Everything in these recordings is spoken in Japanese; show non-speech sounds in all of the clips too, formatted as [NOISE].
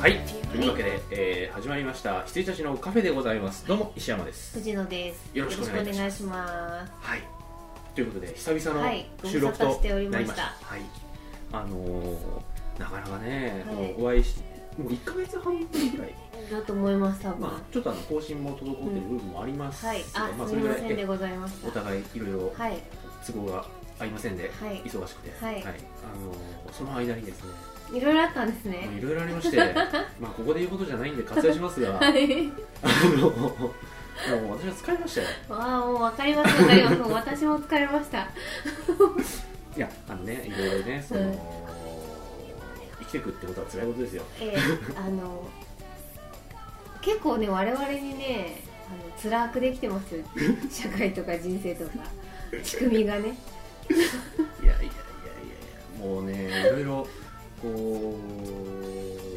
はい、というわけで、えー始まりました羊たちのカフェでございますどうも石山です藤野です。よろしくお願いいたしますよろしくお願いします。はいということで久々はのい収録とご無沙汰しておりまなしりたました,、はいあのーなかなかね、はいもうお会いしもう1か月半ぶりぐらい、だと思います、多分。まあ、ちょっとあの更新も滞っている部分もありますが、はい。あ、まあ、すそれみぐまらいせんでえございましおた。互いいろいろはい。都合が合いませんで、はい忙しくて、はいあのーその間にですねいろいろあったんですねもう。いろいろありまして [LAUGHS] まあここで言うことじゃないんで割愛しますが、はい。あのもう私は疲れましたよ [LAUGHS] わあ、もうわかります。わかります。もう私も疲れました。いやあのねいろいろねその、うん生きてくってことは辛いことですよえー、あの。結構ね、我々にね。あの、辛くできてま [LAUGHS] すよ。社会とか人生とか。仕組みがね。いやいやいやいやいやもうねいろいろこ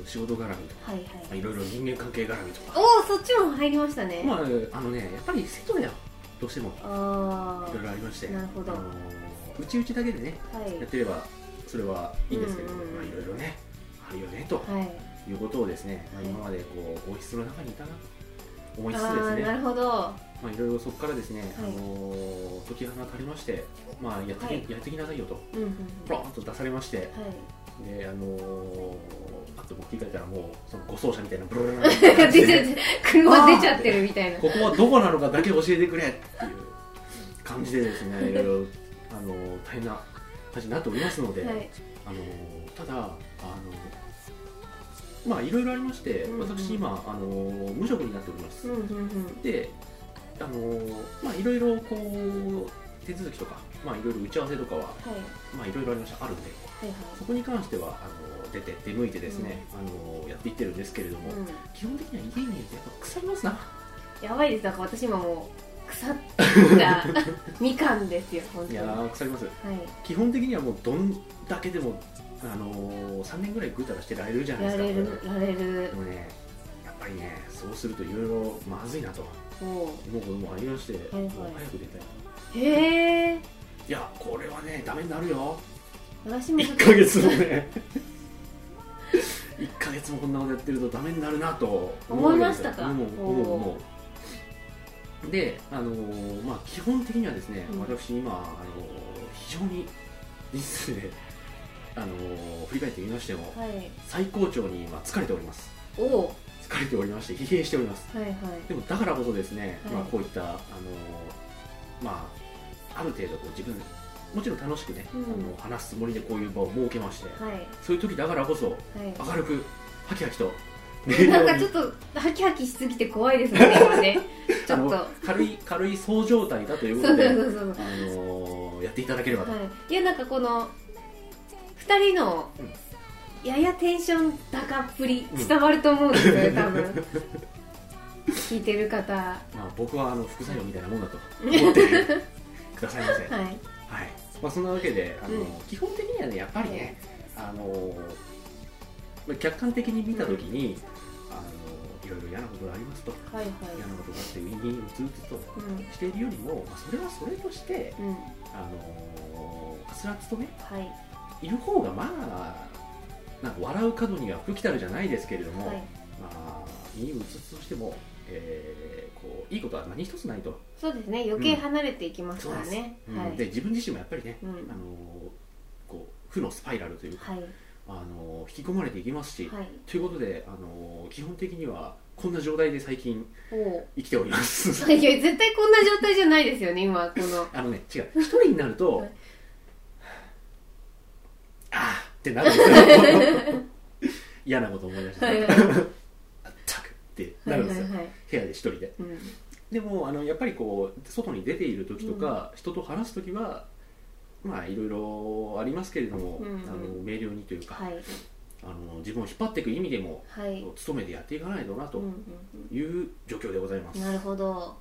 う仕事絡みとかはいまはあい。いろいろ人間関係絡みとかおお、そっちも入りましたね。まああのねやっぱりセットだよどうしてもあいろいろありましてなるほどあのうちうちだけでねあ。はやっい。てればそれはいいんですけど、うんうんうんまあいろいろねあるよねとはい。いうことをですね、まあ、はい今までこう王室の中にいたなと思いつつあですあ、ねなるほど。まあ、いろいろそこからですね、あのー解き放たれまして、まあやってきはいやってきなさいよと、うんうんポうん。ロンと出されまして、はであのー、パッと僕振り返ったら、もうその護送車みたいな、ブルルルルい。出ちゃって、車出ちゃってるみたいな。ここはどこなのかだけ教えてくれっていう感じで、ですねいろいろ、あのー大変な感じになっておりますので、はい。あのーただ、あのーまあいろいろありまして、うんうん私、今、あのー無職になっておりますうん。うんうん。であのーまあいろいろこう手続きとかまあいろいろ打ち合わせとかははい。まあいろいろありましたあるんではいそこに関してはあのー出て出向いてですね、あのーやっていってるんですけれども、はい。うん。基本的には家にいてやっぱ腐りますなやばいです。だから私今もう、腐ったみかんですよ、本い当に。やはー腐りますい。基本的にはもうどんだけでもあのー、3年ぐらいぐうたらしてられるじゃないでやすかれる、やれでる。もねやっぱりねそうするといろいろまずいなともう。思うこともありまして、いはいもう早く出たいへえ。いやこれはねダメになるよ私もち1ょっとヶ月もね1ヶ月もこんなことやってるとダメになるなと思いましたかもうもうおーもうであのーまあ基本的にはですね、うん私今、あのー非常に人生で、あのー振り返ってみましてもはい。最高潮に今疲れておりますおお。は疲れておりまして疲弊しておりますいはい。でもだからこそですね、はいまあ、こういった、あのーまあ、ある程度こう自分もちろん楽しくね、うんあの話すつもりでこういう場を設けまして、はい。そういう時だからこそは明るくハキハキとい。なんかちょっと、ハキハキしすぎて怖いですね、今ね。ちょっ [LAUGHS] と。あの軽い軽いそう状態だというこそとうそで、うそうそう。あのーやっていただければと、はい、いやなんかこの2人のうんややテンション高っぷりうん伝わると思うんです [LAUGHS] よね、多分聞いてる方はまあ、僕はあの副作用みたいなもんだと思って [LAUGHS] くださいませ、はいいまあ、そんなわけで、あのーうん基本的にはねやっぱりね、あのーまあ客観的に見た時に、あのーいろいろ嫌なことがありますとはいはい嫌なことがあって人間うつうつとうしているよりも、まあ、それはそれとして、んうんあのーはつらつとねはいいる方がまあなんか笑う角には福来たるじゃないですけれども、はいまあ身を移すとしても、えーこういいことは何一つないと、そうですね余計離れていきますからね、うんはい、で自分自身もやっぱりね、うんあのーこう負のスパイラルというか、はいあのー引き込まれていきますし、はいということで、あのー基本的にはこんな状態で最近おお生きております。 [LAUGHS] いや絶対こんな状態じゃないですよね今こ [LAUGHS] のあのね、違う、一人になると、はいああってなるんです [LAUGHS] よ。嫌なこと思い出して、はいはいあったくってなはいるんはでいすよ、はい部屋で一人で。うんでもあの、やっぱりこう、外に出ている時とか、人と話す時は、まあ、いろいろありますけれども、うんうんあの明瞭にというか、はいあの、自分を引っ張っていく意味でも、はい努めてやっていかないとなうとんうんいう状況でございまうす。んなるほど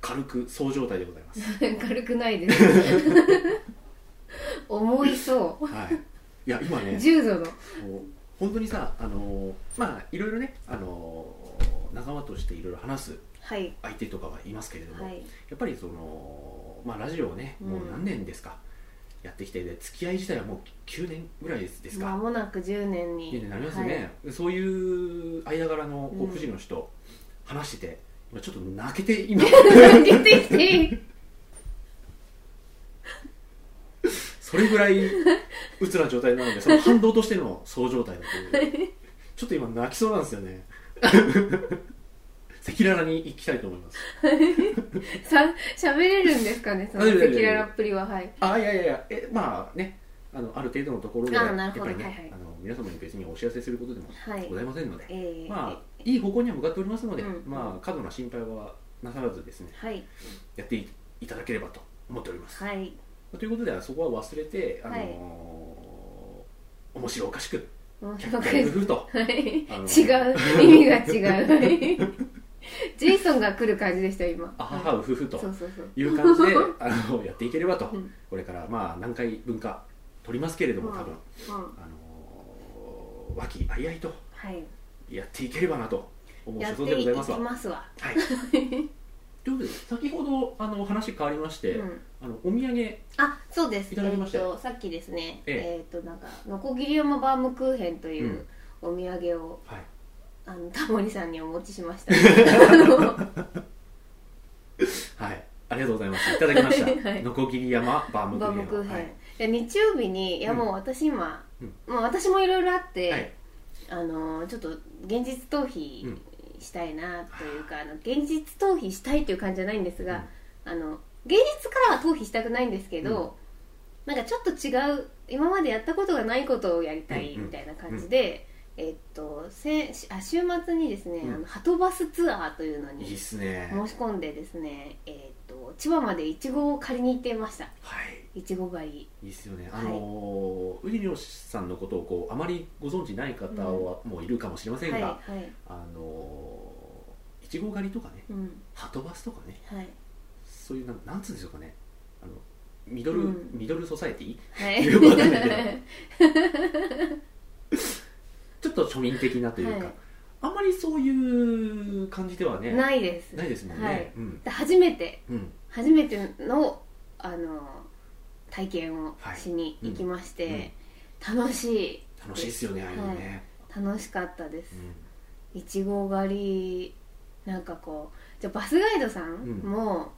軽く、そう状態でございます。 [LAUGHS] 軽くないです [LAUGHS] 重いそうはい、いや、今 [LAUGHS] ね、重度のもう本当にさあのーまあいろいろねあのー仲間としていろいろ話すはい相手とかはいますけれども、はいやっぱりそのまあラジオをねうんもう何年ですか、やってきてで付き合い自体はもう9年ぐらいですまかもなく10年にいいねなりますよね、でそういう間柄のこう富士の人、話してて今ちょっと泣けて [LAUGHS] 今はい、抜けてきてそれぐらいうつな状態なのでその反動としてのそう状態だと [LAUGHS] いうちょっと今泣きそうなんですよね [LAUGHS] 赤裸々に行きたいと思いますさ喋れるんですかねそのあい赤やいやいや裸々っぷりははいあいやいやいやえまあねあのある程度のところであやーなっるほぱりどね、はいはいあの皆様に別にお知らせすることでもはいございませんので、えー、まあいい方向には向かっておりますので、うんまあ過度な心配はなさらずですねはいやっていただければと思っておりますはいということでそこは忘れて、あのーはい面白おかしく面キャ白ッいキでャすフフとはいあの違う意味が違うはいジェイソンが来る感じでした今あはははウフフいそとうそうそういう感 [LAUGHS] じであのやっていければと、うんこれからまあ何回分か取りますけれどもうん多分、うんあのー和気あいあいとはいやっていければなと思うや所っ存でてございまいすわきますわはい、ということで先ほどあの話変わりまして、うんあのお土産あそうですいただきましたえーとさっきですねええっ、となんかのこぎり山バームクーヘンといううお土産をはいあの [LAUGHS] タモリさんにお持ちしま [LAUGHS] したあのはいありがとうございますいただきました、 [LAUGHS] はいのこぎり山バームクーヘバーンムクーヘン、はいいや日曜日にいやもう私今、うんまあ、私もいろいろあって、はいあのちょっと現実逃避したいなというか、あの現実逃避したいという感じじゃないんですが、あの現実からは逃避したくないんですけど、なんかちょっと違う今までやったことがないことをやりたいみたいな感じで、えっとせあ週末にですね、うんあのハトバスツアーというのいいにっすね申し込んでですね、えっと千葉までいちごを借りに行っていましたはいいちご狩りいいっすよね、はあいのー、ウィリオさんのことをこうあまりご存じない方は、もういるかもしれませんが、はいはいあのーいちご狩りとかねうんハトバスとかねはいそういうなんなんつうんでしょうかねあのミドル、うんミドルソサエティはいよくわかん [LAUGHS] ないけどちょっと庶民的なというか、はいあんまりそういう感じではね [LAUGHS] ないですないですもんね、はいうんで初めてうん初めてのあの体験をしに行きまして、はい楽し楽しいですよねああいうのね、い楽しかったですう、んいちご狩りなんかこうじゃあバスガイドさんうんも、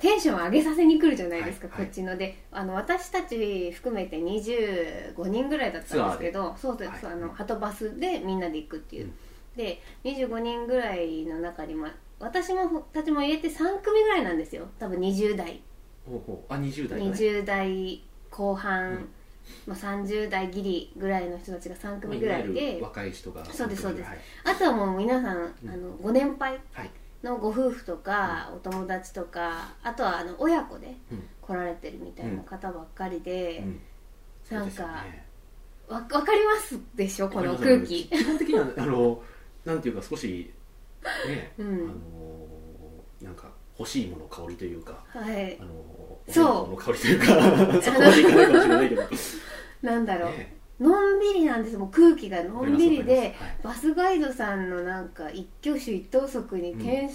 テンション上げさせに来るじゃないですか、はいはいこっちのであの私たち含めて25人ぐらいだったんですけどそうそうはいそうあのハトバスでみんなで行くっていうう、んで25人ぐらいの中に、ま、私もたちも入れて3組ぐらいなんですよ多分20代ほうほうあ20代だね20代後う半、んまあ、30代ギリぐらいの人たちが3組ぐらいまあわゆでる若い人がそうですそうですはいあとはもう皆さん、うんあのご年配はいのご夫婦とか、お友達とかあとはあの親子でうん来られてるみたいな方ばっかりでう、んなそうでんかすよねわ分かりますでしょこのわかり空ます気基本的にはあのなんていうか少しね、 [LAUGHS] うあのんなんか欲しいもの香りというかはいあのそうお弁当の香りという [LAUGHS] かそこまでいかないかもしれないけどなんだろう、ねのんびりなんですもう空気がのんびりわかでますわかバスガイドさんのなんか一挙手一投足にテン,、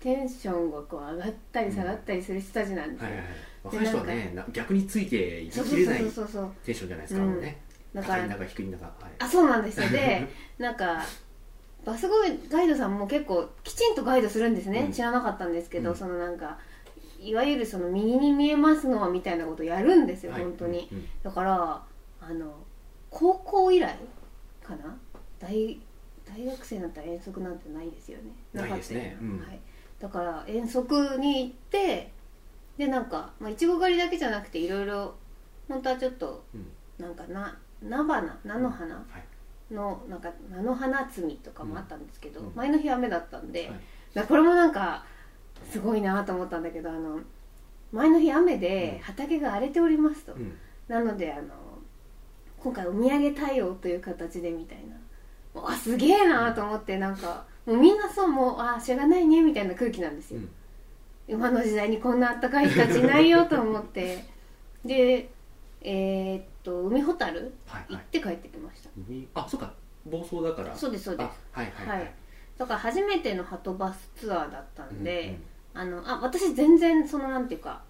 テンションがこう上がったり下がったりする人たちなんですりますはいはいはい若よ、い人はねな逆についていきそうきそうれないそうテそうそうンションじゃないですか、あのねだか高いらんだか低いんだか、はい、あそうなんですよ [LAUGHS] でなんかバスガイドさんも結構きちんとガイドするんですね、うん知らなかったんですけど、うんそのなんかいわゆるその右に見えますのはみたいなことやるんですよ、はい本当に、うんうんだからあの高校以来かな大大学生になったら遠足なんてないですよねないかったよですねうんはい、だから遠足に行ってでなんかまあいちご狩りだけじゃなくていろいろ本当はちょっと、うんなんかな菜花菜の花、はいのなんか菜の花摘みとかもあったんですけど、うん前の日雨だったんはで、いだからこれもなんかすごいなと思ったんだけどあの前の日雨うんで畑が荒れておりますと、うんなのであの今回お土産対応という形でみたいなもうあすげえなと思ってなんかもうみんなそうもうあしょうがないねみたいな空気なんですうよ、ん今の時代にこんなあったかい人たちいないよと思ってでえーっと海ほたるはい行はっいて帰ってきました、うんあそうか暴走だからそうですそうですあはいはいはい、だから初めてのハトバスツアーだったんうんうで、んあのあ私全然そのなんていうか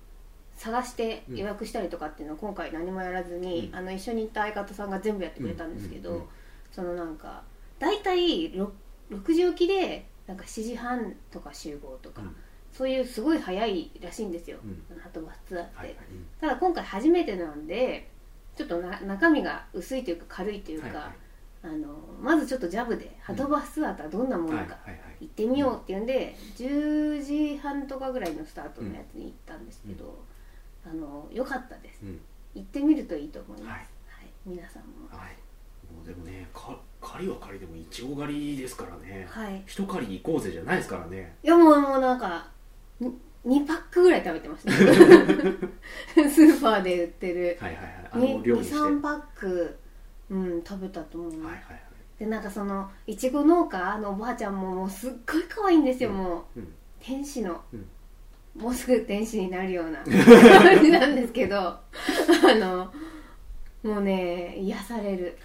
探してうん予約したりとかっていうのを今回何もやらずに、うんあの一緒に行った相方さんが全部やってくれたんですけど、うんうんうんそのなんか大体ろ6時起きでなんか7時半とか集合とか、うんそういうすごい早いらしいんですよ、うんあの鳩バスツアーって、はいはいただ今回初めてなんでちょっとな中身が薄いというか軽いというか、はいはいあのまずちょっとジャブでハトバスツアーとはどんなものはいはいかはい行ってみようっていうんで、10時半とかぐらいのスタートのやつに行ったんですけど、あの良かったですうん行ってみるといいと思います、ははいい皆さんもはいもうでもねか狩りは狩りでもいちご狩りですからねはい一狩り行こうぜじゃないですからねいやもうもうなんか2パックぐらい食べてました [LAUGHS] スーパーで売ってるはいはいはいあの料理してはい23パックうん食べたと思いまはす、いはいでなんかそのいちご農家のおばあちゃんももうすっごい可愛いんですよ、うんもううん天使の、うんもうすぐ天使になるよ [LAUGHS] うな感じなんですけどあのもうね癒される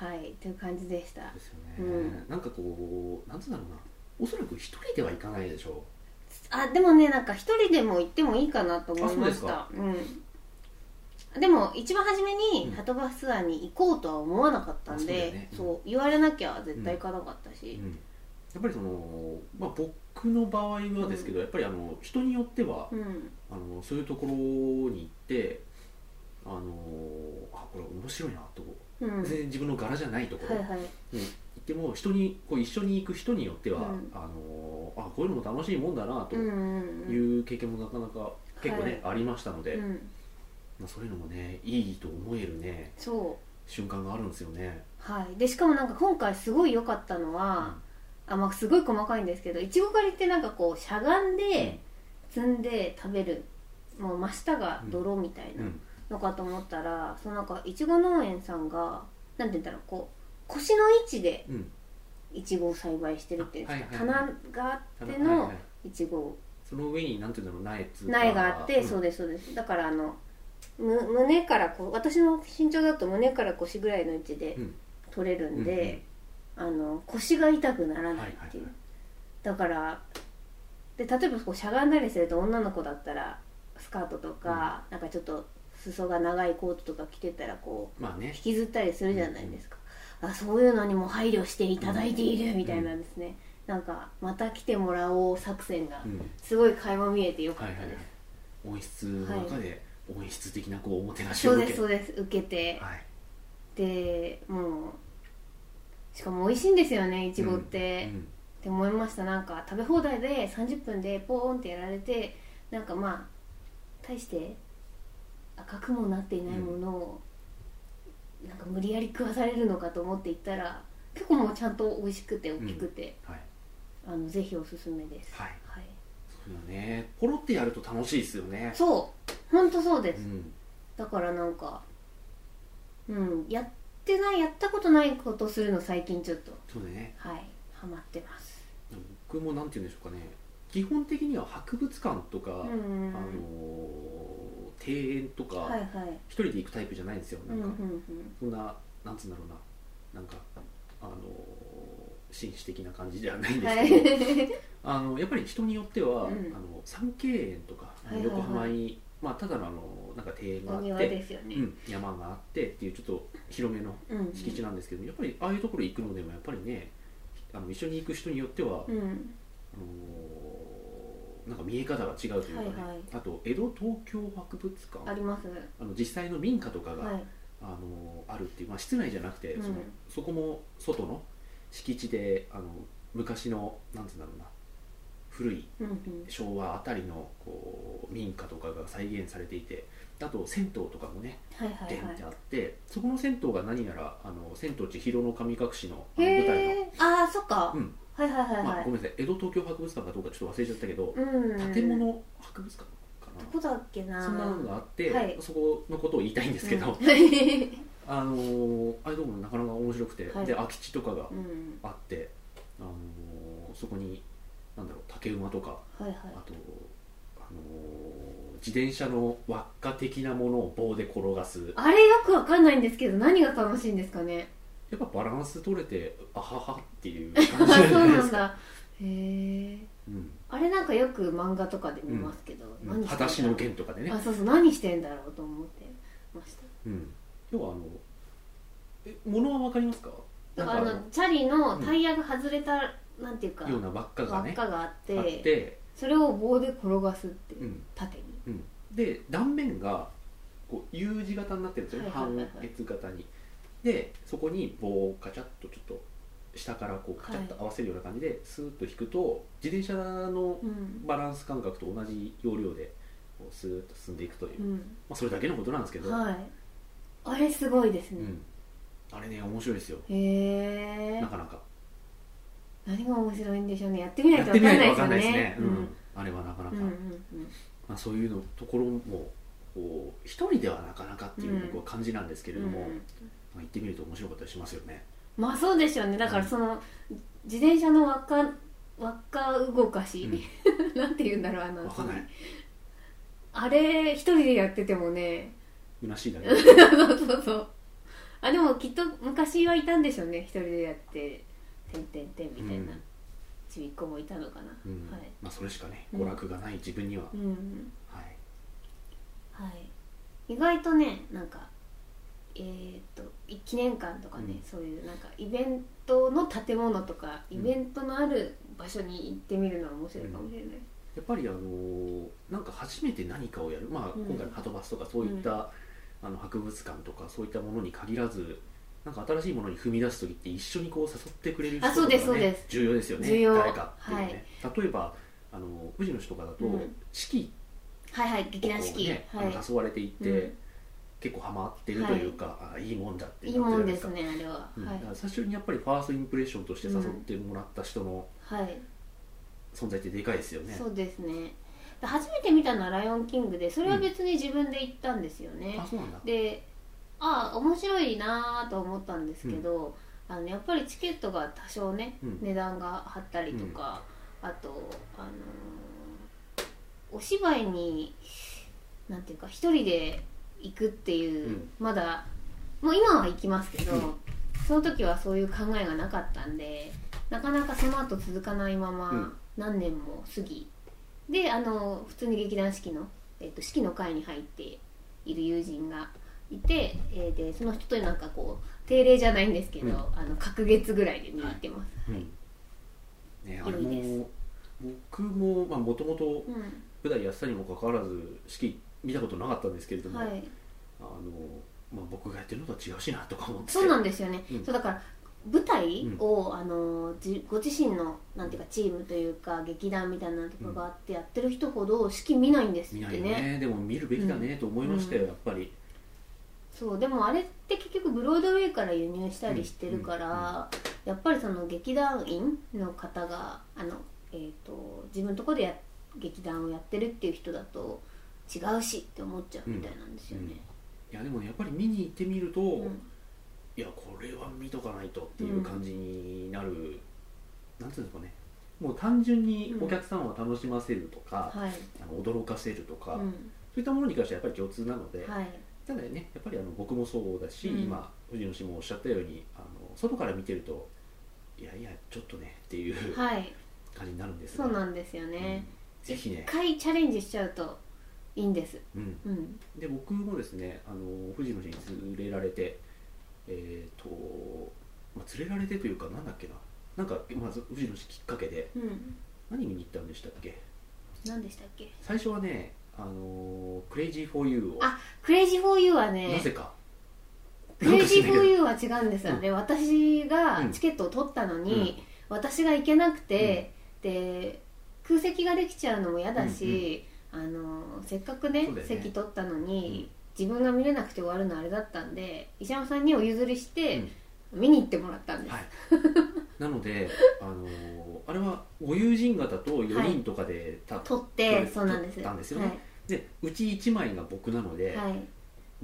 はいはいという感じでしたですよね、うんなんかこうなんつうんだろうなおそらく一人では行かないでしょあでもねなんか一人でも行ってもいいかなと思いましあたうんでも一番初めうにんハトバスツアーに行こうとは思わなかったんで、あそうそうだよねうん言われなきゃ絶対行かなかったう、し、んやっぱりその、まあ、僕の場合はですけど、やっぱりあの人によっては、うん、あのそういうところに行ってあのあこれ面白いなと、うん、全然自分の柄じゃないとこはろ、いはい行っても人にこう一緒に行く人によっては、うんあのあこういうのも楽しいもんだなとうんうんうんいう経験もなかなか結構ね、ありましたので、うん、まあ、そういうのもねいいと思えるねそう瞬間があるんですよね。はい、でしかもなんか今回すごい良かったのは、あまあ、すごい細かいんですけどいちご狩りってなんかこうしゃがんで摘んで食べるもう真下が泥みたいなうんのかと思ったら、そのなんかいちご農園さんがなんて言うんだろうこう腰の位置でうんいちごを栽培してるっていうんですあか、はいはいはい棚があってはいはのいいちごその上になんていうんだろう苗っつうか苗があって、うんそうですそうですだからあのむ胸からこう私の身長だと胸から腰ぐらいの位置でうん取れるんで、あの腰が痛くならないっていう、はいだからで例えばこうしゃがんだりすると女の子だったらスカートとか、なんかちょっと裾が長いコートとか着てたらこまあうね引きずったりするじゃないですか、あそういうのにも配慮していただいているみたいなんですね、なんかまた来てもらおう作戦がうんすごい垣間見えてよかはっいたはでいす、はい温室の中で温室的なこうおもてなしそをう受でけすそうです受けてはいでもうしかも美味しいんですよねいちごって、うんうんって思いましたなんか食べ放題で30分でポーンってやられてなんかまあ大して赤くもなっていないものを、なんか無理やり食わされるのかと思っていったら結構もうちゃんと美味しくて大きくて、はいあのぜひおすすめですはいそうよねポロってやると楽しいですよねそうほんとそうです、んだからなんかうんやってないやったことないことするの最近ちょっとそうだねはいハマってます僕もなんて言うんでしょうかね基本的には博物館とか、うんあうんのー庭園とか、うんはいはい一人で行くタイプじゃないんですようなんんうか、んうんそんななんつうんだろうななんかあのー紳士的な感じではないんですけど、はいあのやっぱり人によっては、あうんの三景園とか、あのはいはいはい横浜に、まあ、ただのあのなんか庭園がおあ庭って、ですようね、ん、山があってっていうちょっと広めのうんうん、敷地なんですけど、やっぱりああいうところ行くのでもやっぱりねあの一緒に行く人によっては、うんうんあのーなんか見え方が違うというかね、はいはいあと江戸東京博物あ館りますあの実際の民家とかが、はいあのーあるっていう、まあ、室内じゃなくて、そのうんそこも外の敷地であの昔のなんつうんだろうな古いうんうん昭和あたりのこう民家とかが再現されていてあと銭湯とかもねはいはでいんはってあって、そこの銭湯が何やらあの銭湯千尋の神隠しのあいの舞台への、えああそっか、うんはいはいはいまはあ、いごめんなさい江戸東京博物館かどうかちょっと忘れちゃったけど、うん建物博物館かどなこだっけなそんなのがあって、はいそこのことを言いたいんですけど、うんあのーああいうとこもなかなか面白くて、はいで空き地とかが [LAUGHS] うんあって、あのーそこになんだろう竹馬とかはいはいあと、あのー自転車の輪っか的なものを棒で転がすあれよくわかんないんですけど何が楽しいんですかねやっぱバランス取れてあははっていう [LAUGHS] あ感そじじゃなういでなすんかだへえうんあれなんかよく漫画とかで見ますけど、うん何してんだろう裸足の弦とかでねあ、そうそう何してんだろうと思ってましたうん、要はあのえ物はわかりますかだなんかからああのチャリのタイヤが外れた、なんていうかのような輪っか輪がっねかがあってあって、それを棒で転がすっていう、うん縦にうん、で断面がこう U 字型になってるんですよね、はいはいはいはい半月型にでそこに棒をカチャッとちょっと下からこうカチャッと合わせるような感じで、スーッと引くと自転車のうん、バランス感覚と同じ要領でこうスーッと進んでいくという、まうんあ、それだけのことなんですけど、はいあれすごいですうね、ん、あれね面白いですよへえなかなか何が面白いんでしょうねやってみないやとっ分てみかなんいとわかんないないですよですねね、うんあれはなかなか、うんうんうんまあ、そういうのところもこう一人ではなかなかっていうこう感じなんですけれうんども、うんうんまあ、行ってみると面白かったりしますよね。まあそうでしょうねだからその、自転車の輪っか輪っか動かし、 [LAUGHS] なんて言うんだろうあのわかんない。あれ一人でやっててもね虚しいだ [LAUGHS] け。そうそうそうあでもきっと昔はいたんでしょうね一人でやって「てんてんてん」みたいな、うんちびっ子もいたのかな、うんはい、まあそれしかね娯楽がない自分には、うんはい。はい、意外とねなんかえーっとい記念館とかね、うんそういうなんかイベントの建物とかイうんベントのある場所に行ってみるのは面白いかもしれない、やっぱりあのーなんか初めて何かをやる、まあ、うん今回のハトバスとかそういった、あの博物館とかそういったものに限らずなんか新しいものに踏み出す時って一緒にこう誘ってくれる人あそうですとかねそうです重要ですよね重要誰かっていうね、例えばあの宇治の市とかだと、うん四季はいはい劇をこ団四う季、ねあはのい誘われていって、うん結構ハマってるというか、あいいもんだってないいってもるじゃんないですねあれは、うんはだから最初にやっぱりファーストインプレッションとして誘ってもらった人のい、はい存在ってでかいですよね。そうですねで初めて見たのは「ライオンキング」でそれは別に自分で行ったんですよねあ、そうなんだ。でああ面白いなあと思ったんですけど、あのやっぱりチケットが多少ね、うん値段が張ったりとか、あとあのーお芝居になんていうか一人で行くっていう、うんまだもう今は行きますけど、うんその時はそういう考えがなかったんでなかなかその後続かないまま、うん何年も過ぎであの普通に劇団四季の、えっと四季の会に入っている友人がいて、えーでその人となんかこう定例じゃないんですけど、うんあの隔月ぐらいで見に行ってます、うんね、あ良れいですも僕もまあもともとうん舞台やってたにもかかわらず式見たことなかったんですけれども、あはのい、まあ、僕がやってるのとは違うしなとか思ってそうなんですよね、うんそうだから舞台を、あのじご自身のなんていうかチームというか劇団みたいなところがあってやってる人ほど式見ないんですっ見てないよねでも見るべきだねと思いましたよ、うんやっぱり、そうでもあれって結局ブロードウェイから輸入したりしてるから、うんうんやっぱりその劇団員の方があの、えー、と自分のとこでや劇団をやってるっていう人だと違うしって思っちゃうみたいなんですよね。いやでもねやっぱり見に行ってみると、うんいやこれは見とかないとっていう感じになる、なんていうんですかねもう単純にお客さんを楽しませるとか、はい、あの驚かせるとうか、そんういったものに関してはやっぱり共通なので、はいただねやっぱりあの僕もそうだし、うん今藤野氏もおっしゃったようにあの外から見てるといやいやちょっとねっていうはい、感じになるんですがそうなんですよね。うんぜひ一ね、回チャレンジしちゃうといいんです。うん、うん、で僕もですねあの藤野氏に連れられてえっ、と、まあ、連れられてというかなんだっけななんかまず藤野氏きっかけでうん、何見に行ったんでしたっけ何でしたっけ最初はねあのクレイジー・フォー・ユーをあクレイジーフォーユーはねなぜか [LAUGHS] なんか知んないけクレイジー・フォーどユーは違うんですよね、私がチケットを取ったのに、私が行けなくて、で空席ができちゃうのも嫌だし、あのせっかくねそうだよね席取ったのに、自分が見れなくて終わるのあれだったんで石山さんにお譲りして、見に行ってもらったんです、はい、なので、あのーあれはご友人方と4人とかで立っ取っそうてですそうなんです取ったんですよねはでうち1枚が僕なのい、で、はい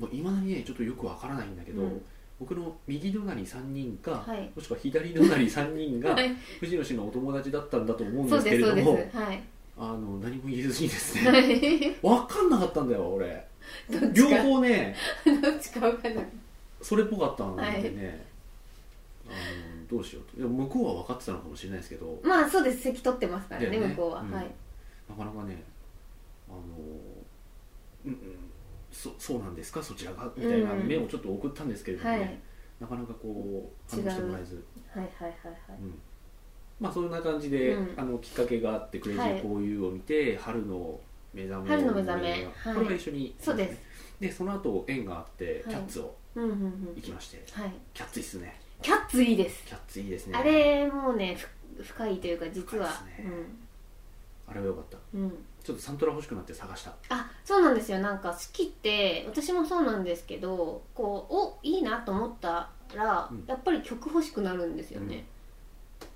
もういまだにねちょっとよくわからないんだけど、うん僕の右隣3人か、はいもしくは左隣3人がはい藤野氏のお友達だったんだと思うんでそうすでけれすそうどでも、すはいあの何も言えずにです [LAUGHS] はね [LAUGHS] いわかんなかったんだよ [LAUGHS] 俺どっ両ちか方ねどっちか分かんないそれっぽかったんでね、あどうしようといや向こうは分かってたのかもしれないですけどまあそうです席取ってますからねだよね向こうは、うんはいなかなかねあのうんうんそそうなんですかそちらがみたいなうん目をちょっと送ったんですけれどもはいね、なかなかこう違反応うしてもらえず、はいはいはいはうんまあそんな感じで、うんあのきっかけがあって「クレイジはー・いこういう」を見て「春の目覚め」春の目覚めはいこれが一緒にそうですでその後縁があってはキいャッツをいうんうんうん行きまして、はいキャッツいいっすねキャッツいいですキャッツいいですねあれもうねふ深いというか実は、深いですねあれはよかったうん、うん、ちょっとサントラ欲しくなって探したあそうなんですよなんか好きって私もそうなんですけどこうおいいなと思ったら、うんやっぱり曲欲しくなるんですよね、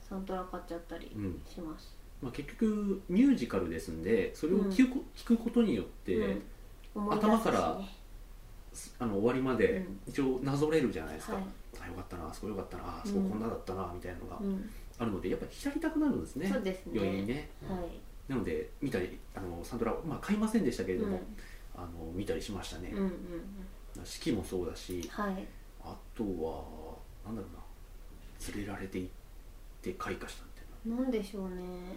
サントラ買っちゃったりうんします、まあ、結局ミュージカルですんでそれを聞く,、聞くことによって、うん思い出すし、ね、頭からすあの終わりまでうん一応なぞれるじゃないですか、はいあよかったなあそこよかったなあそここんなだったな、みたいなのがうん、あるのでやっぱり浸りたくなるんですねそうですね余韻にねはいなので見たりあのサントラ、まあ、買いませんでしたけれども、あの見たりしましたねうん、うんうん四季もそうだしはいあとはなんだろうな連れられて行って開花したみたいなんでしょうね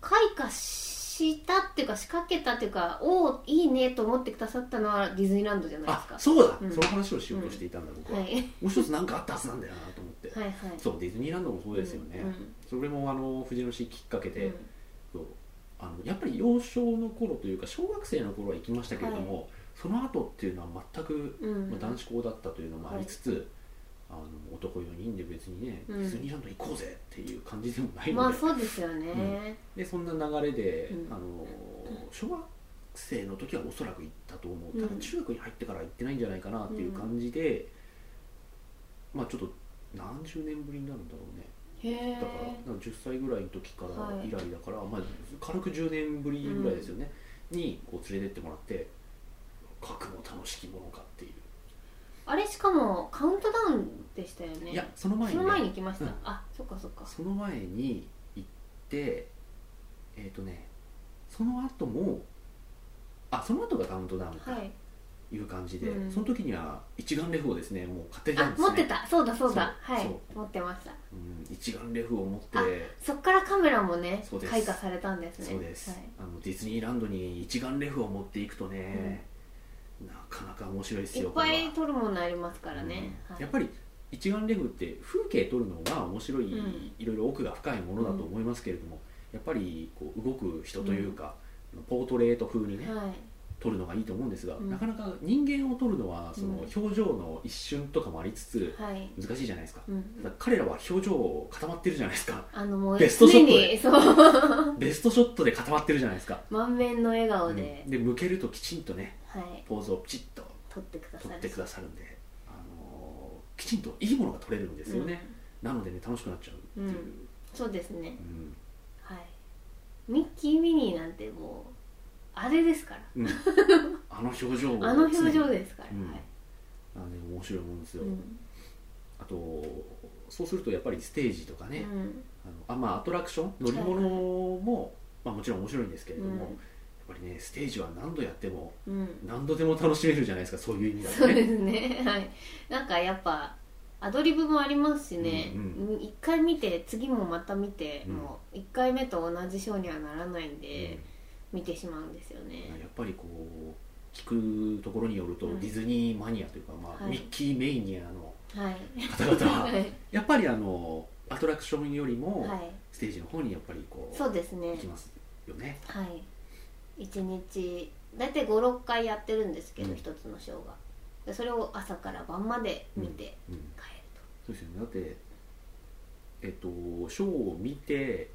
開花したっていうか仕掛けたっていうかおおいいねと思ってくださったのはディズニーランドじゃないなあですかそうだ、うんその話をしようとしていたんだ僕は、はい、はいもう一つ何かあったはずなんだよなと思って、はいそうディズニーランドもそうですよね、うんそれもあの藤野市きっかけうんで、そうあのやっぱり幼少の頃というか小学生の頃は行きましたけれども、その後っていうのは全く、うんまあ、男子校だったというのもありつつ、あの男4人で別にね、うんディズニーランド行こうぜっていう感じでもないので,、まあそうですよね、でそんな流れで、うんあの小学生の時はおそらく行ったと思うたうだん中学に入ってから行ってないんじゃないかなっていう感じで、まあちょっと何十年ぶりになるんだろうねへえだからなんか10歳ぐらいの時からはい以来だから、まあ、軽く10年ぶりぐらいですよね、にこう連れてってもらって格も楽しきものかっていう、あれしかもカウントダウンでしたよねいやその前そに,、の前に行きました、うんあそっかそっかその前に行ってえっ、とねその後もあその後がカウントダウンはといいう感じで、うんその時には一眼レフをですねもう買ってたんあですね持ってたそうだそうだそうはいそう持ってましたうん、一眼レフを持ってあそっからカメラもねそうです開花されたんですねそうです、はいあのディズニーランドに一眼レフを持っていくとね、なかなか面白いですいよっぱこれいは撮るものありますからね、うんはいやっぱり一眼レフって風景撮るのが面白い、うんいろいろ奥が深いものだと思いますけれども、やっぱりこう動く人というか、ポートレート風にね、はい撮るのがいいと思うんですが、うんなかなか人間を撮るのはそのうん表情の一瞬とかもありつつはい、難しいじゃないですか,、うん、彼らは表情固まってるじゃないですかあのもうベストショット常にそうベストショットで固まってるじゃないですか、満面の笑顔で、うんで向けるときちんとねはいポーズをピチッと撮ってくださ取るってくださるんで、あのーきちんといいものが取れるんですよね、、なのでね楽しくなっちゃうっていう、うんそうですねうんはいミッキー・ミニーなんてもうあれですからうん [LAUGHS] あの表情をあの表常情にですから、うんはい、あのね面白いもんですよ、うんあとそうするとやっぱりステージとかね、うんあのあまあ、アトラクション乗り物も、まあ、もちろん面白いんですけれども、うんやっぱりねステージは何度やってもうん何度でも楽しめるじゃないですかそういう意味だとそうねですねはいなんかやっぱアドリブもありますしね、ううん1回見て次もまた見て、うんもう1回目と同じショーにはならないんで、うん見てしまうんですよねやっぱりこう聞くところによると、うんディズニーマニアというか、まあはいミッキーメイニアのはい方々は [LAUGHS] はい、やっぱりあのアトラクションよりもはい、ステージの方にやっぱりこうそうですね行きますよね。はい1日大体56回やってるんですけうど、ん一1つのショーがでそれを朝から晩まで見てうん、帰そうですよね。だってえっとショーを見て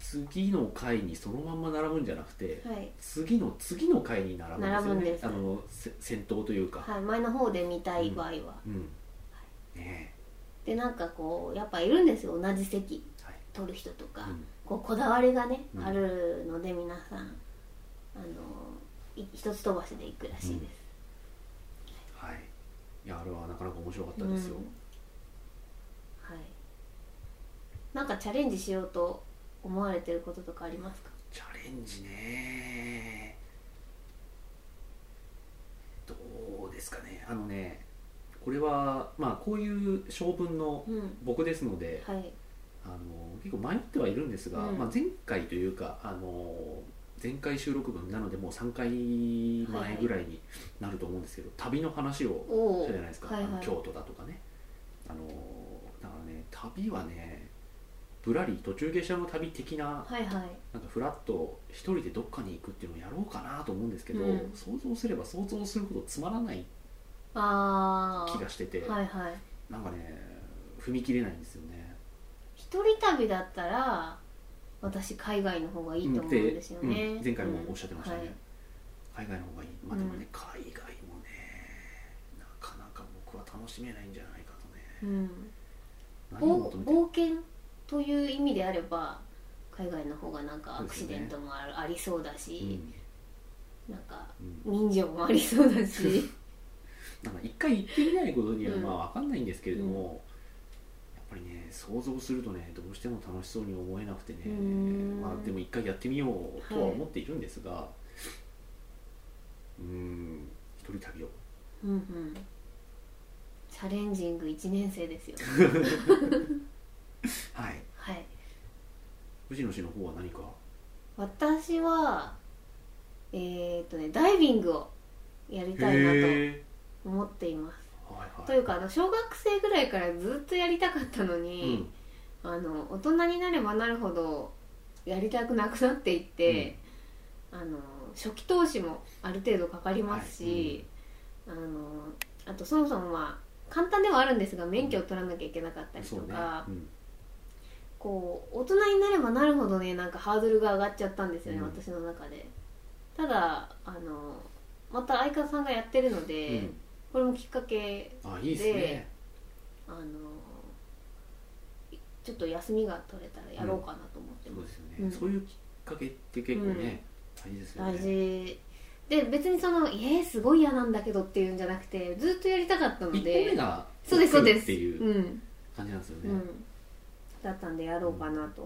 次の回にそのまんま並ぶんじゃなくてると、はい、次の次の回に並ぶんですよ並ぶんねで。すあのせ先頭というか、はい、前の方で見たい場合は、うん、ねでなんかこうやっぱいるんですよ同じ席えはい。取る人とか、うんこうこだわりがね、うんあるので皆さんあのい一つ飛ばしで行くらしいです、はい。いやあれはなかなか面白かったですよ。うんはいなんかチャレンジしようと思われてることとかありますかチャレンジねどうですかねあのねこれはまあこういう性分のうん僕ですので、はいあの結構迷ってはいるんですが、うんまあ、前回というかあの前回収録分なのでもう3回前ぐらいになると思うんですけど、旅の話をしおおたじゃないですか、はいあのはい京都だとかねあのだからね旅はねぶらり途中下車の旅的なはいはいなんかフラッと一人でどっかに行くっていうのをやろうかなと思うんですけど、うん想像すれば想像するほどつまらないあ気がしてて、あはいはいなんかね踏み切れないんですよね。一人旅だったら私海外の方がいいと思うんですよね、うん前回もおっしゃってましたね、うんはい海外の方がいいまあでもね、うん海外もねなかなか僕は楽しめないんじゃないかとねうん何を冒求めてる冒険という意味であれば海外の方がなんかアクシデントもあ,、ありそうだうし、んなんかうん人情もありそうだしなんか一回行ってみないことにはうんまあ分かんないんですけれども、やっぱりね想像するとねどうしても楽しそうに思えなくてねうんまあでも一回やってみようとは思っているんですが、うん一人旅を [LAUGHS] うんうんチャレンジング1年生ですよはいはい藤野氏の方は何か私はえーっとねダイビングをやりたいなとへ思っていますーはいはいというかあの小学生ぐらいからずっとやりたかったのに、あの大人になればなるほどやりたくなくなっていって、あの初期投資もある程度かかりますし、あのあとそもそもまあ簡単ではあるんですが免許を取らなきゃいけなかったうん、りとそうねか、うんこう大人になればなるほどねなんかハードルが上がっちゃったんですよね、うん私の中でただあのまた相方さんがやってるので、うんこれもきっかけあいいですねあのいちょっと休みが取れたらやろうかなと思ってそうま、ですすよね、うんそういうきっかけって結構ね、大事ですよね大事で別にその「えー、すごい嫌なんだけど」っていうんじゃなくてずっとやりたかったの一歩目でがそうですそう来るでっすていううん感じなんですよね、うん、だったんでやろうかなと、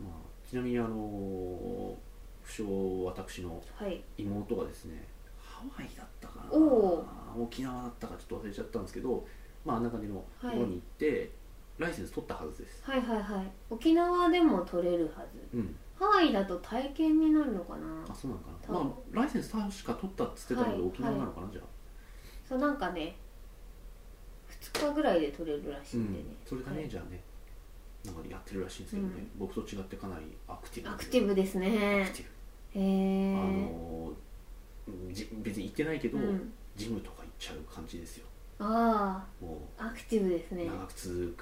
まあ、ちなみにあのー不詳私のはい妹がですねハワイだったかなお沖縄だったかちょっと忘れちゃったんですけどまああんな感じのはい日本に行って、ライセンス取ったはずですはいはいはい沖縄でも取れるはずうんハワイだと体験になるのかなあそうなのか多な分まあライセンス確か取ったっつってたので、はい沖縄なのかな、じゃあそうなんかね2日ぐらいで取れるらしういんでね、ん、それがね、はいじゃあねなんかやってるらしいんですけどね、うん僕と違ってかなりアクティブアクティブブですアねクティブ、あへえのーじ別に行ってないけど、うん、ジムとか行っちゃう感じですよあもあアクティブですうね長く続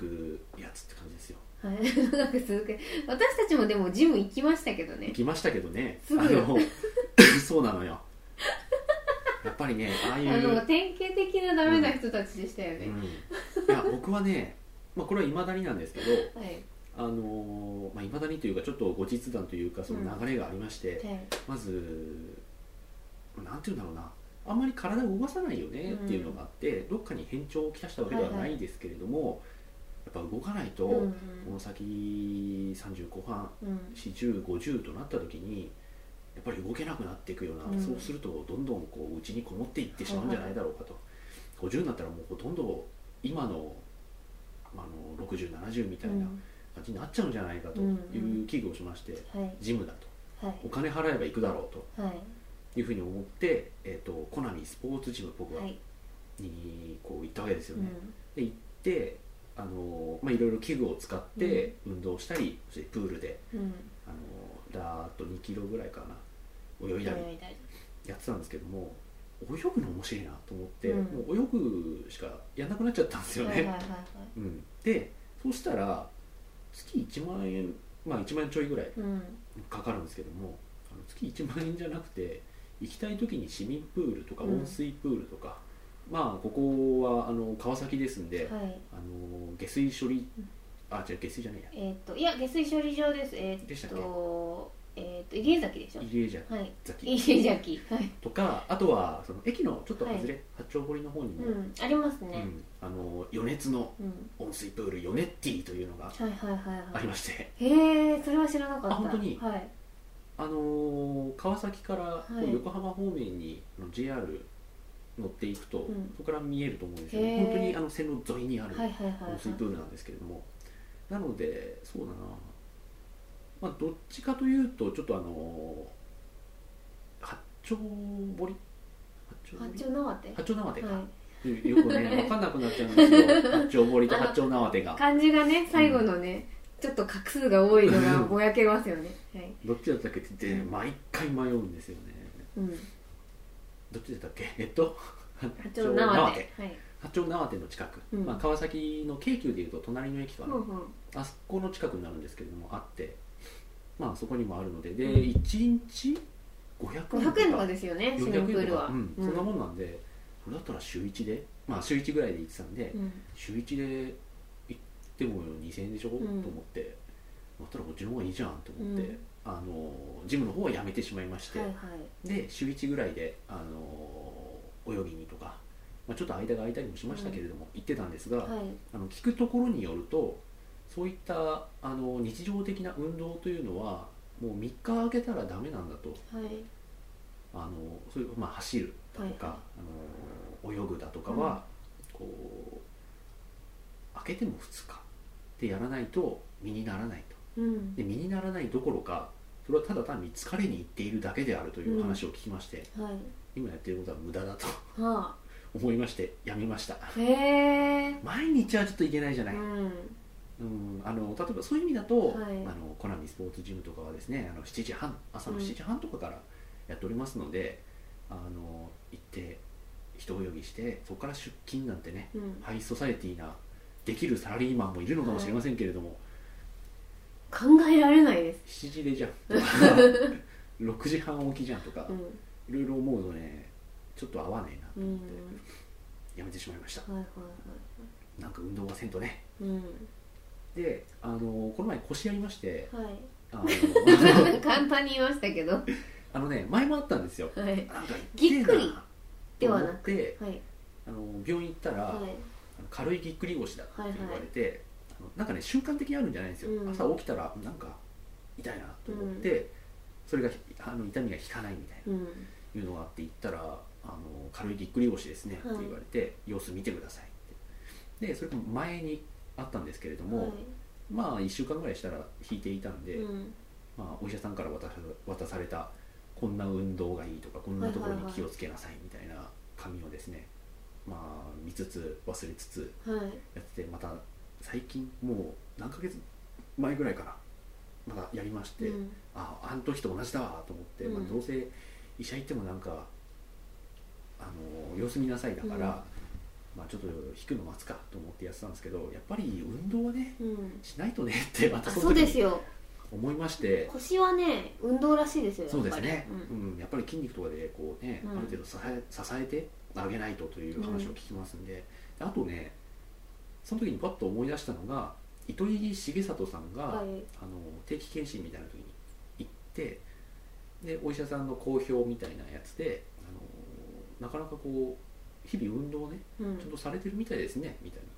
くやつって感じですよはい [LAUGHS] 長く続け私たちもでもジム行きましたけどね行きましたけどねすぐあの [LAUGHS] そうなの [LAUGHS] よやっぱりねあああいうの典型的なダメな人たちでしたようん、ね、いや僕はね、まあ、これはいまだになんですけどはいあのーまあ、未だにというかちょっと後日談というかその流れがありまして、はいまずなんて言うんだろうなあんまり体を動かさないよねっていうのがあって、どっかに変調をきたしたわけでははいはないいですけれども、やっぱ動かないと、うんうんこの先30後半うん4050となった時にやっぱり動けなくなっていくような、うんそうするとどんどんこう家にこもっていってしまうんじゃないだろうかと、50になったらもうほとんど今の,、まああの6070みたいな感じになっちゃうんじゃないかという危惧をしまして、うんはいジムだとはいお金払えば行くだろうと。はいいうふうに思って、えー、とコナミスポーツジム僕は、はいにこう行ったわけですようね、んで行ってあのー、まあ、いろいろ器具を使って運動したり、そしてプールでうんあのーだーっと2キロぐらいかな泳いだり泳いだりやってたんですけども泳ぐの面白いなと思って、うんもう泳ぐしかやんなくなっちゃったんですよね、はいはいはいはうん、でそうしたら月1万円まあ1万円ちょいぐらいいうんかかるんですけどもあの月1万円じゃなくて行きたい時に市民プールとかうん温水プールとか、まあここはあの川崎ですんで、はいあの下水処理うんあ違う下水じゃないやえーっといや下水処理場ですえでしーたっっけとえーっと入江崎でしょ入江じゃはい崎入江崎はいとかあとはその駅のちょっと外れ、八丁堀の方にも、ううんんありますねあの余熱のうん温水プールヨネッティというのがはいはいはいあはいりまして、へえそれは知らなかっあた本当にはいあのー川崎からこうはい横浜方面にあの JR の乗っていくと、うんそこから見えると思うんですよへねー本当にあの線路沿いにあるはいはいはい温水プールなんですけれども、なのでそうだなまあどっちかというとちょっとあの八丁堀八丁八堀丁縄手八丁縄手か、はよくね分かんなくなっちゃうんですよ八丁堀と八丁縄手いが漢字がね最後のね、ちょっと画数が多いのがぼやけますよねはい、どっちだったっけって言って毎回迷うんですよねうん、どっちだったっけえっと八丁縄手はい八丁縄手の近く、うんまあ、川崎の京急でいうと隣の駅かうんな、うんあそこの近くになるんですけれどもあってまあそこにもあるのでで、うん1日500 500円とかですよね市民プ400ー円ルとはか、うんそんなもんなんでそれだったら週1でまあ週1ぐらいで行ってたんで、うん週1で行っても2000円でしょ、んと思ってだったらこっちの方がいいじゃんと思って、うんあのジムの方はやめてしまいまして、はいはいで週1ぐらいで、あの泳ぎにとか、まあ、ちょっと間が空いたりもしましたけれども、行ってたんですが、はいあの聞くところによるとそういったあの日常的な運動というのはもう3日空けたらダメなんだとはいあのそういう、まあ、走るだとか、はあの泳ぐだとかは、こう開けても2日でやらないと身にならないとうんで身にならないどころかそれはただ単に疲れに行っているだけであるという話を聞きまして、はい今やってることは無駄だと [LAUGHS] は思いましてやめましたあへえ毎日はちょっといけないじゃうない、んうん、あの例えばそういう意味だと、はいあのコナミスポーツジムとかはですねあの7時半朝のうん7時半とかからやっておりますので、あの行って人泳ぎしてそこから出勤なんてねうんハイソサエティなできるサラリーマンもいるのかもしれませんけれども、考えられないです7時で [LAUGHS] じゃんとか6時半起きじゃんとか、うんいろいろ思うとねちょっと合わねえなとう思んって、やめてしまいましたはいはいはいなんか運動はせんとねうんであのこの前腰やりましてはいあ [LAUGHS] の簡単に言いましたけど、はあのね前もあったんですよい、なんかぎっくりではなくくはい、あの病院行ったら、はい、あの軽いぎっくり腰だって言われて、あのなんかね習慣的にあるんじゃないんですよ、うん朝起きたらなんか痛いなと思って、それがあの痛みが引かないみたいうん、ないうのがあって行ったらあの軽いぎっくり腰ですねってはい言われて、様子見てくださいってでそれと前にあったんですけれども、はまあ1週間ぐらいしたら引いていたんい、で、うん、まあ、お医者さんから渡さ渡されたこんな運動がいいとかこんなところに気をつけなさいみたいな紙をですね、まあ見つつ忘れつつはい、やっててまた最近もう何ヶ月前ぐらいからまたやりまして、うん、ああの時と同じだわと思って、うまんあ、どうせ医者行ってもなんかあの様子見なさいだから、うんまあ、ちょっと引くの待つかと思ってやってたんですけどやっぱり運動はねうん、しないとねってまあ、たそそうの時ですによ。思いまして。腰はね、運動らしいですよ。やっぱそうりですね、ううんんやっぱり筋肉とかでこう、ねうんある程度支え支えてあげないとという話を聞きますんで,で、あとねその時にパッと思い出したのが糸井重里さんが、はい、あの定期検診みたいな時に行ってでお医者さんの公表みたいなやつであのなかなかこう日々運動をねうちゃんん、とされてるみたいですねみたいな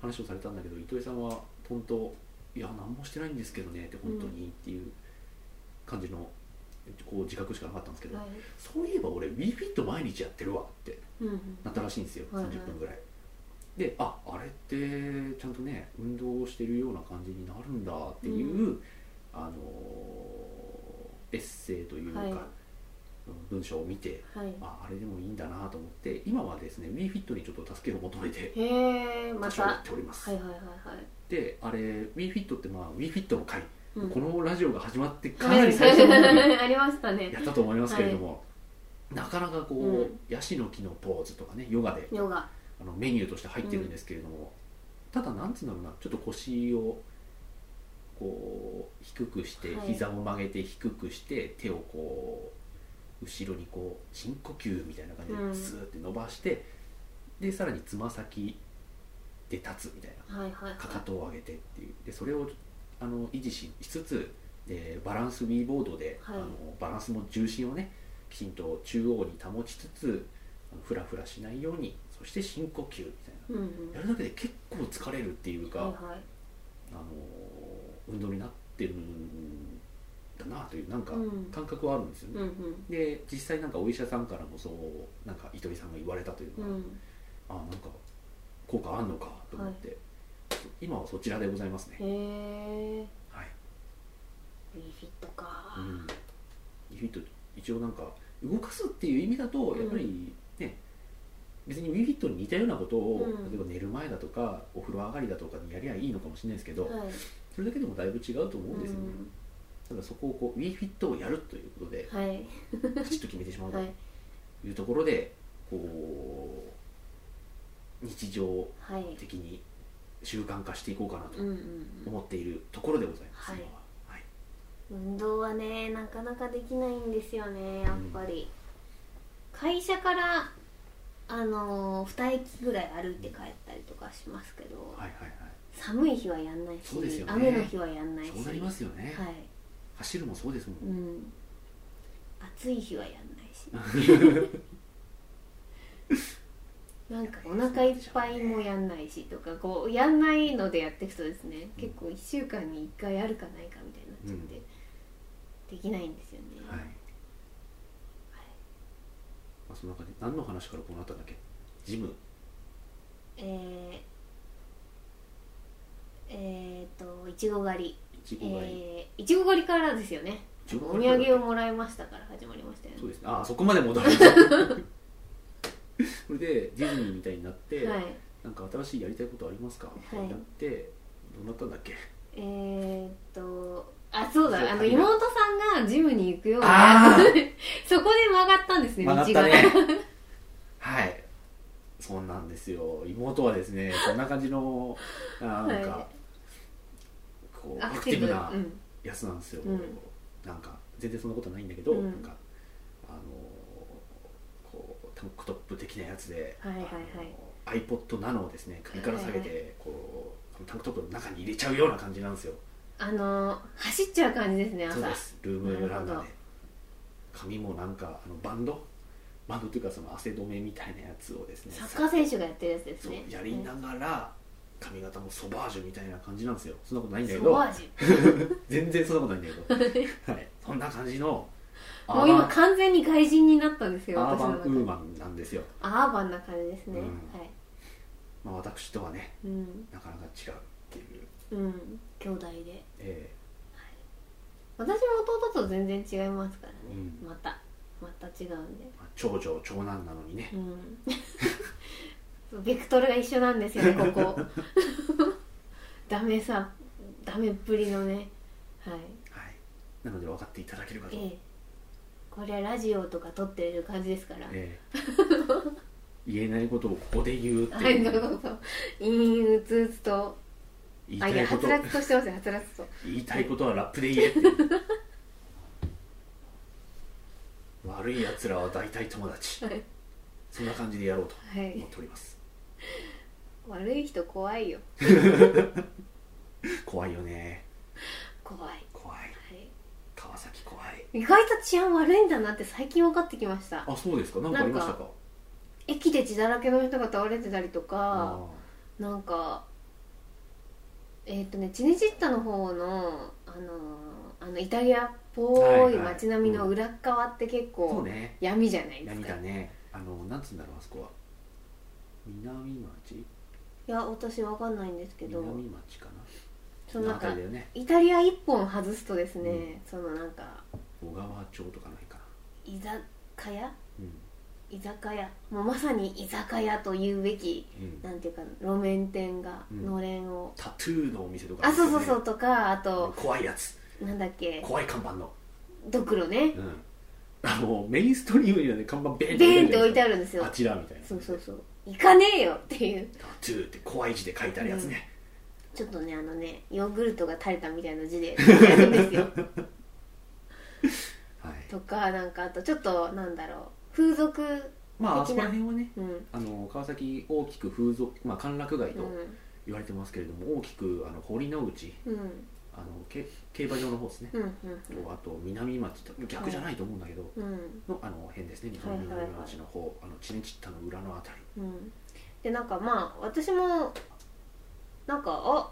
話をされたんだけど糸井さんはトンと「いや何もしてないんですけどね」って本当にっていう感じのこう自覚しかなかったんですけど、はい、そういえば俺 WeFit 毎日やってるわってうん、なったらしいんですよ、はいはい30分ぐらい。でああれってちゃんとね運動をしてるような感じになるんだっていう、うあのエッセイというか、はい文章を見てはい。ああれでもいいんだなと思って今はですね WeFit にちょっと助けを求めてへえ、ま立ちた、上がはっております、いはいはいはい。であれ WeFit ってまあ WeFit の回、うんこのラジオが始まってかなり最初の方にはい [LAUGHS] ありましたねや。ったと思いますけれども、なかなかこう、うんヤシの木のポーズとかねヨガでヨガ、あのメニューとして入ってるんですけれども、ただなんつうんだろうなちょっと腰をこう低くして、はい膝を曲げて低くして手をこう後ろにこう深呼吸みたいな感じうんでスーって伸ばして、でさらにつま先で立つみたいなはいはいはい。かかとを上げてっていうでそれをあの維持ししつつでバランスウィーボードで、はいあのバランスも重心をねきちんと中央に保ちつつあのフラフラしないようにそして深呼吸みたいうん、うん、なはやるだけで結構疲れるっていういか、はい。あの運動になってるったなというなんかうん感覚はあるんですよね、うんうんで実際なんかお医者さんからもそうなんか糸井さんが言われたというか、うんあなんか効果あんのかと思って、今はそちらでございますね、へえはいリフィットかうん、リフィット一応なんか動かすっていう意味だとやっぱりね、別に w i フィットに似たようなことを、うん例えば寝る前だとかお風呂上がりだとかにやりゃいいのかもしれないですけど、はいそれだけでもだいぶ違うと思うんですよね、ただそこをこう w i フィットをやるということで [LAUGHS] うんはいカチッと決めてしまうとはいいうところでこう日常はい的に習慣化していこうかなとうんうんうん思っているところでございます、はい今ははい運動はねなかなかできないんですよねやっぱり、会社からあの2駅ぐらい歩いて帰ったりとかしますけど、はいはいはい寒い日はやんないし、そうですよね雨の日はやんないしそうなりますよね、はい走るもそうですもん、うん暑い日はやんないしなんかお腹いっぱいもやんないしとかこうやんないのでやっていくとですね、結構1週間に1回あるかないかみたいになっちゃって、できないんですよね、はい、まあ、その中で何の話からこうなったんだっけジムえー、えー、といちご狩りいちご狩りえーいちご狩りからですよねいちごお狩土り産をもらいましたから始まりましたよそうねですねああそこまで戻る [LAUGHS] それでディズニーみたいになって、はいなんか新しいやりたいことありますかってはいなってどうなったんだっけえー、っとあそうそうだあの旅だ妹さんがジムに行くようなあ [LAUGHS] そこで曲がったんですね道曲ががったねはいそんなんですよ妹はですねそんな感じのあーなんか、はいこう [LAUGHS] アアククテティィブブななうんやつなんですよ、うんなんか全然そんなことないんだけど、うんなんかあのーこうタンクトップ的なやつで、はいはいはいあのー iPod ナノをですね首から下げて、こうタンクトップの中に入れちゃうような感じなんですよあのー走っちゃう感じですね朝そうですルームランナなるーほどで髪もなんかあのバンドバンドというかその汗止めみたいなやつをですねサッカー選手がやってるやつですそうねやりながら髪型もソバージュみたいな感じなんですよそんなことないんだけソどバージ全然そんなことないんだけど、 [LAUGHS] はい、そんな感じのュアもうーバ今ン完全に外人になったんですよアー私バのンウ中ーでマンなんですよ、アーバンな感じですね、うんはいまあ、私とはねうんなかなか違うっていう、うん兄弟でえ私も弟と全然違いますからね、うんまたまた違うんでーまあ長女長男なのにねうん [LAUGHS] そうベクトルが一緒なんですよねこ [LAUGHS] こダメさダメっぷりのねはいはいなので分かっていただけるかと、ええこれはラジオとか撮ってる感じですから、え [LAUGHS] ー言えないことをここで言うってはいいどううぞ陰うつうつと言いあいたやいはこつとらつとしてますよはつらつと言いたいことはラップで言えっていう [LAUGHS] 悪いやつらは大体友達はいそんな感じでやろうとはい思っております悪い人怖いよ怖いよね怖い、は怖い川崎怖いい、意外と治安悪いんだなって最近分かってきましたあそうですか何かありましたか駅で血だらけの人が倒れてたりとかあなんかえっ、とねチネジッタの方のあのーあのイタリアっぽはいいはい街並みの裏っ側って結ーそう構ね闇じゃないです闇か、だねあのなんつうんだろうあそこは南町いや私わかんないんですけど南町かなそのなん辺かりだよねイタリア一本外すとですね、そのなんか小川町とかないかな居酒屋うん居酒屋もうまさに居酒屋というべきうんなんていうか路面店がうんのれんを、タトゥーのお店とかあそうそうるよねそうとかあと怖いやつなんだっけ怖い看板のドクロねうんあのメインストリームにはね看板ベーンベーンって置いてるあるんですよあちらみたいなそうそうそう行かねえよっていうタトゥーって怖い字で書いてあるやつね、ちょっとねあのねヨーグルトが垂れたみたいな字で [LAUGHS] やるんですよはいとかなんかあとちょっとなんだろう風俗まああ的そこらな辺はねうんあの川崎大きく風俗、まあ、歓楽街うとん言われてますけれども、大きくあの堀之内うんあのけ競馬場の方ですね、うんとあと南町と逆じゃないと思うんだけど、うんうんのあの辺ですねその南町の方、あのチネチッタの裏のあたりうんでなんかまあ私もなんかあ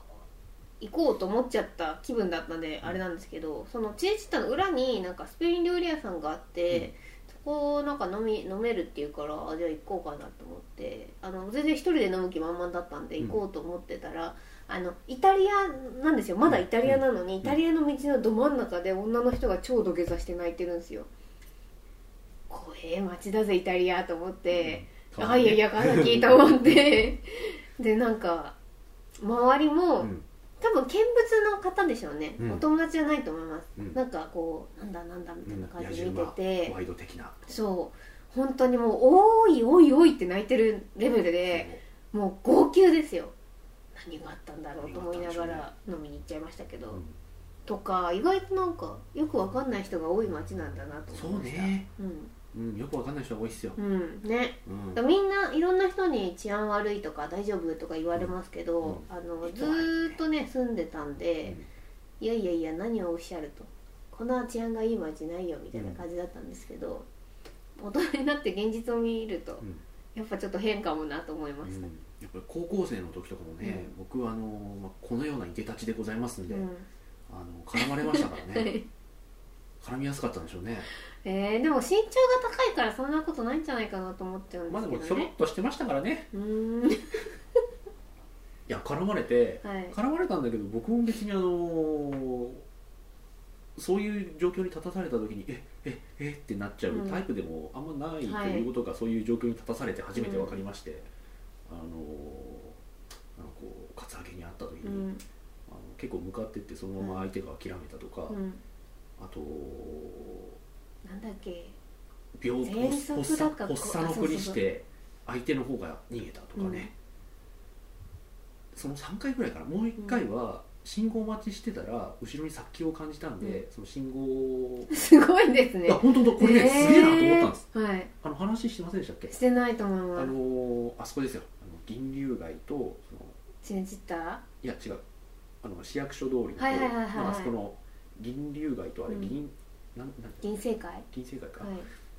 行こうと思っちゃった気分だったんであれなんですけどそのチエチッタの裏になんかスペイン料理屋さんがあって、そこをなんか飲み飲めるっていうからあじゃあ行こうかなと思ってあの全然一人で飲む気満々だったんでうん行こうと思ってたら、あのイタリアなんですよまだイタリアなのに、イタリアの道のど真ん中で女の人が超土下座して泣いてるんですよ怖え街だぜイタリアと思って。あいやいやかな聞いたもんで [LAUGHS] でなんか周りも、うん多分見物の方でしょうね、うんお友達じゃないと思います、うんなんかこうなんだなんだみたいな感じで見てうん野獣て馬、ワイド的なそう本当にもう「おーいおいおい」って泣いてるレベルでもう号泣ですよ何があったんだろうと思いながら飲みに行っちゃいましたけど、うんとか意外となんかよくわかんない人が多い街なんだなとそ思いうましたね、うんうん、よくわかんない人が多いっすよ、うんねうんだからみんないろんな人に治安悪いとか大丈夫とか言われますけど、うんあのずーっとね住んでたんで、いやいやいや何をおっしゃるとこんな治安がいい街ないよみたいな感じだったんですけど、大人になって現実を見ると、んやっぱちょっと変かもなと思いまうしんた、やっぱり高校生の時とかもね、僕はあの、まあ、このようないでたちでございますんで、うんあの絡まれましたからはねい絡みやすかったんでしょうね [LAUGHS] えーでも身長が高いからそんなことないんじゃないかなと思っちゃうんまあでもでひすけょどろねっ、としてましたからねうーんいや絡まれてはい絡まれたんだけど僕も別にあのそういう状況に立たされた時にえええってなっちゃううんタイプでもあんまないとはいいうことが、そういう状況に立たされて初めて分かりまして、あのなんかこうカツアゲにあった時に、うんあの結構向かってってそのまま相手が諦めたとか、うんあとなんだっけ病喘息発だか作発作のふりしあそうて相手の方が逃げたとかね、その3回ぐらいからもう1回は信号待ちしてたら後ろに殺気を感じたんで、その信号を、すごいですいねや本当本当これね、えーすげえなと思ったんですはいあの話してませんでしたっけしてないと思いますあのーあそこですよあの銀龍街とその信じたいや違うあの市役所通りのと、はいはいはいはいはいなんかあそこの銀龍街とあれうん銀、なんなん銀星会は銀星街か、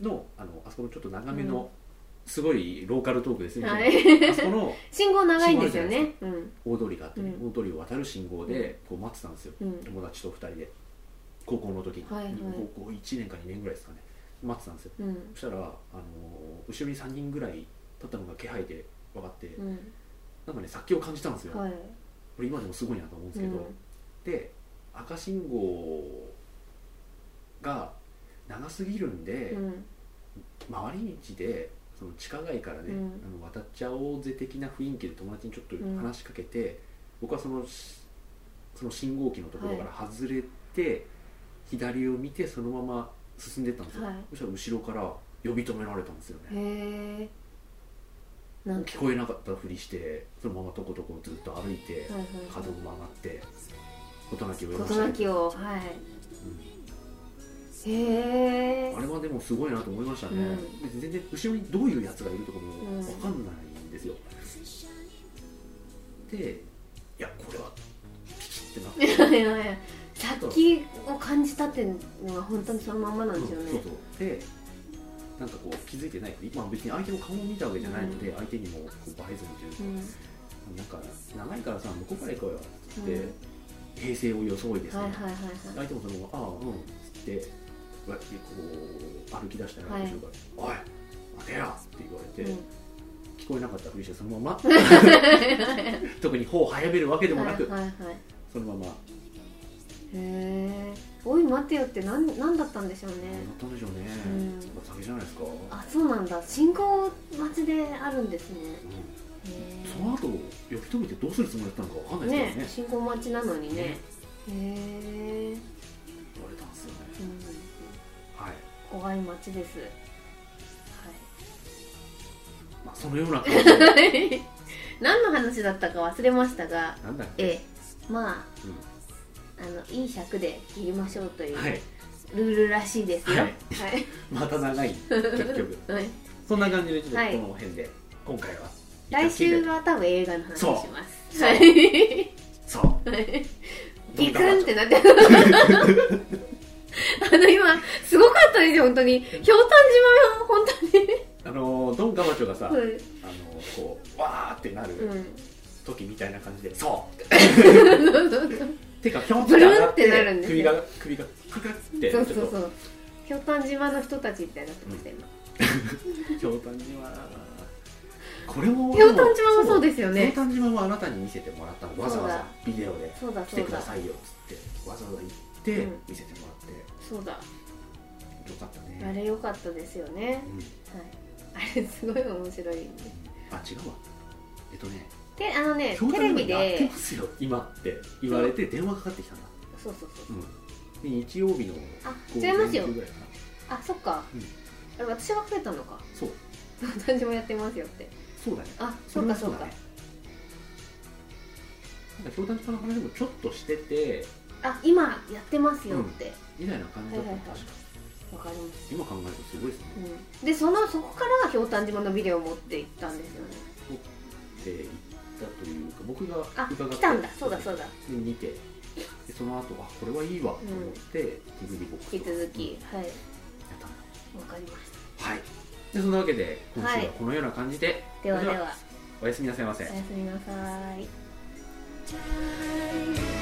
いのあのあそこのちょっと長めの、うんすごいローカルトークですね、はいあそこの信号長いんですよねうん大通りがあってね、う大通りを渡る信号でこう待ってたんですよ、うん友達と2人で高校の時に、はいはい高校1年か2年ぐらいですかね待ってたんですようんそしたら、あのー後ろに3人ぐらい立ったのが気配で分かって、うんなんかね殺気を感じたんですよ、はいこれ今でもすごいなと思うんですうけんど、で赤信号が長すぎるんで、うん回り道でその地下街からね、うんあの渡っちゃおうぜ的な雰囲気で友達にちょっと話しかけて、僕はそのしその信号機のところから外れて、左を見てそのまま進んでったんですよ、はいそしたら後ろから呼び止められたんですよねへえなんか聞こえなかったふりしてそのままとことこずっと歩いて、はい角を曲がって事なきを得ましはい事たなきねをはいへえあれはでもすごいなと思いましたね、うん別に全然後ろにどういうやつがいるとかもうん分かんないんですよ、でいやこれはピチッてなってはいはいはい先を感じたっていうのが本当にそのまんまなんですようんそうねそうでなんかこう気づいてないまあ別に相手の顔を見たわけじゃないので、相手にもこうバレずにというかう、んなんか長いからさ向こうから行こうよっつって、うん平静を装いですね、はいはいはいは相い手もそのまま「ああうん」っつってこうやってこう歩き出したらはい後ろから「おい待てよ!」って言われて、うん聞こえなかったふりしてその [LAUGHS] まま特に頬を早めるわけでもなく、はいはいはいそのままへえおい待てよってなんなんだったんでしょうね乗ったんでしょうね、うんやっぱ酒じゃないですか、あそうなんだ信号待ちであるんですねうんへその後呼び止めてどうするつもりだったのかわかんーないですねけどね信号待ちなのにねねへえ、言われたんですよねうん、はい、怖い街ですはまあ、そのような感じ [LAUGHS] でい [LAUGHS] 何の話だったか忘れましたがなんだっけ、ええまあうんあのいい尺で切りましょうというはいルールらしいですよははいいまた長い結局はい、 [LAUGHS] そんな感じでちょっとはいこの辺で、今回は来週は多分映画の話しますそうはいそうギクンってなってあの今すごかったですよ本当にひょうたん島が本当にあのドン・ガマチョがさ、うあのこうわーってなるん、時時みたいな感じでそう手がピョンっブてル上ンがっっててなるんです首よが首がククってちそょうっそうそとうひょうたん島の人たちみたいになってました今ひょうたん島これもひょうたん島もそうですよひょうねたん島もあなたに見せてもらったのわざわそうだざビデオでそうだ来そてうくだださいよっつってわざわざ行ってうん見せてもらって、そうだよかったあねれ良かったですよねうんはいあれすごい面白いあ違うわえっとねであのねひょうテたんレビ島やってでますよ今って言われて電話かかってきたんだそうそうそうで日曜日のあ午違い前ます中よぐらいかなあそっかうんあれ私が増えたのかそう私もやってますよってそうだねあそうかそうれかはそうだねなんかひょうたん島の話もちょっとしててあ今やってますよってみたいな感じだったはのいはいはい確かわかります今考えるとすごいですねうんでそのそこからひょうたん島のビデオを持って行ったんですよねって言ったというか僕があ伺って来たんだそうだそうだで見てでその後あこれはいいわと思って、引き続き僕と引き続うんやきはっいたんだわかりましたはいでそんなわけで今週はいはこのような感じで、ではでそれはおやすみなさいませ、おやすみなさい Time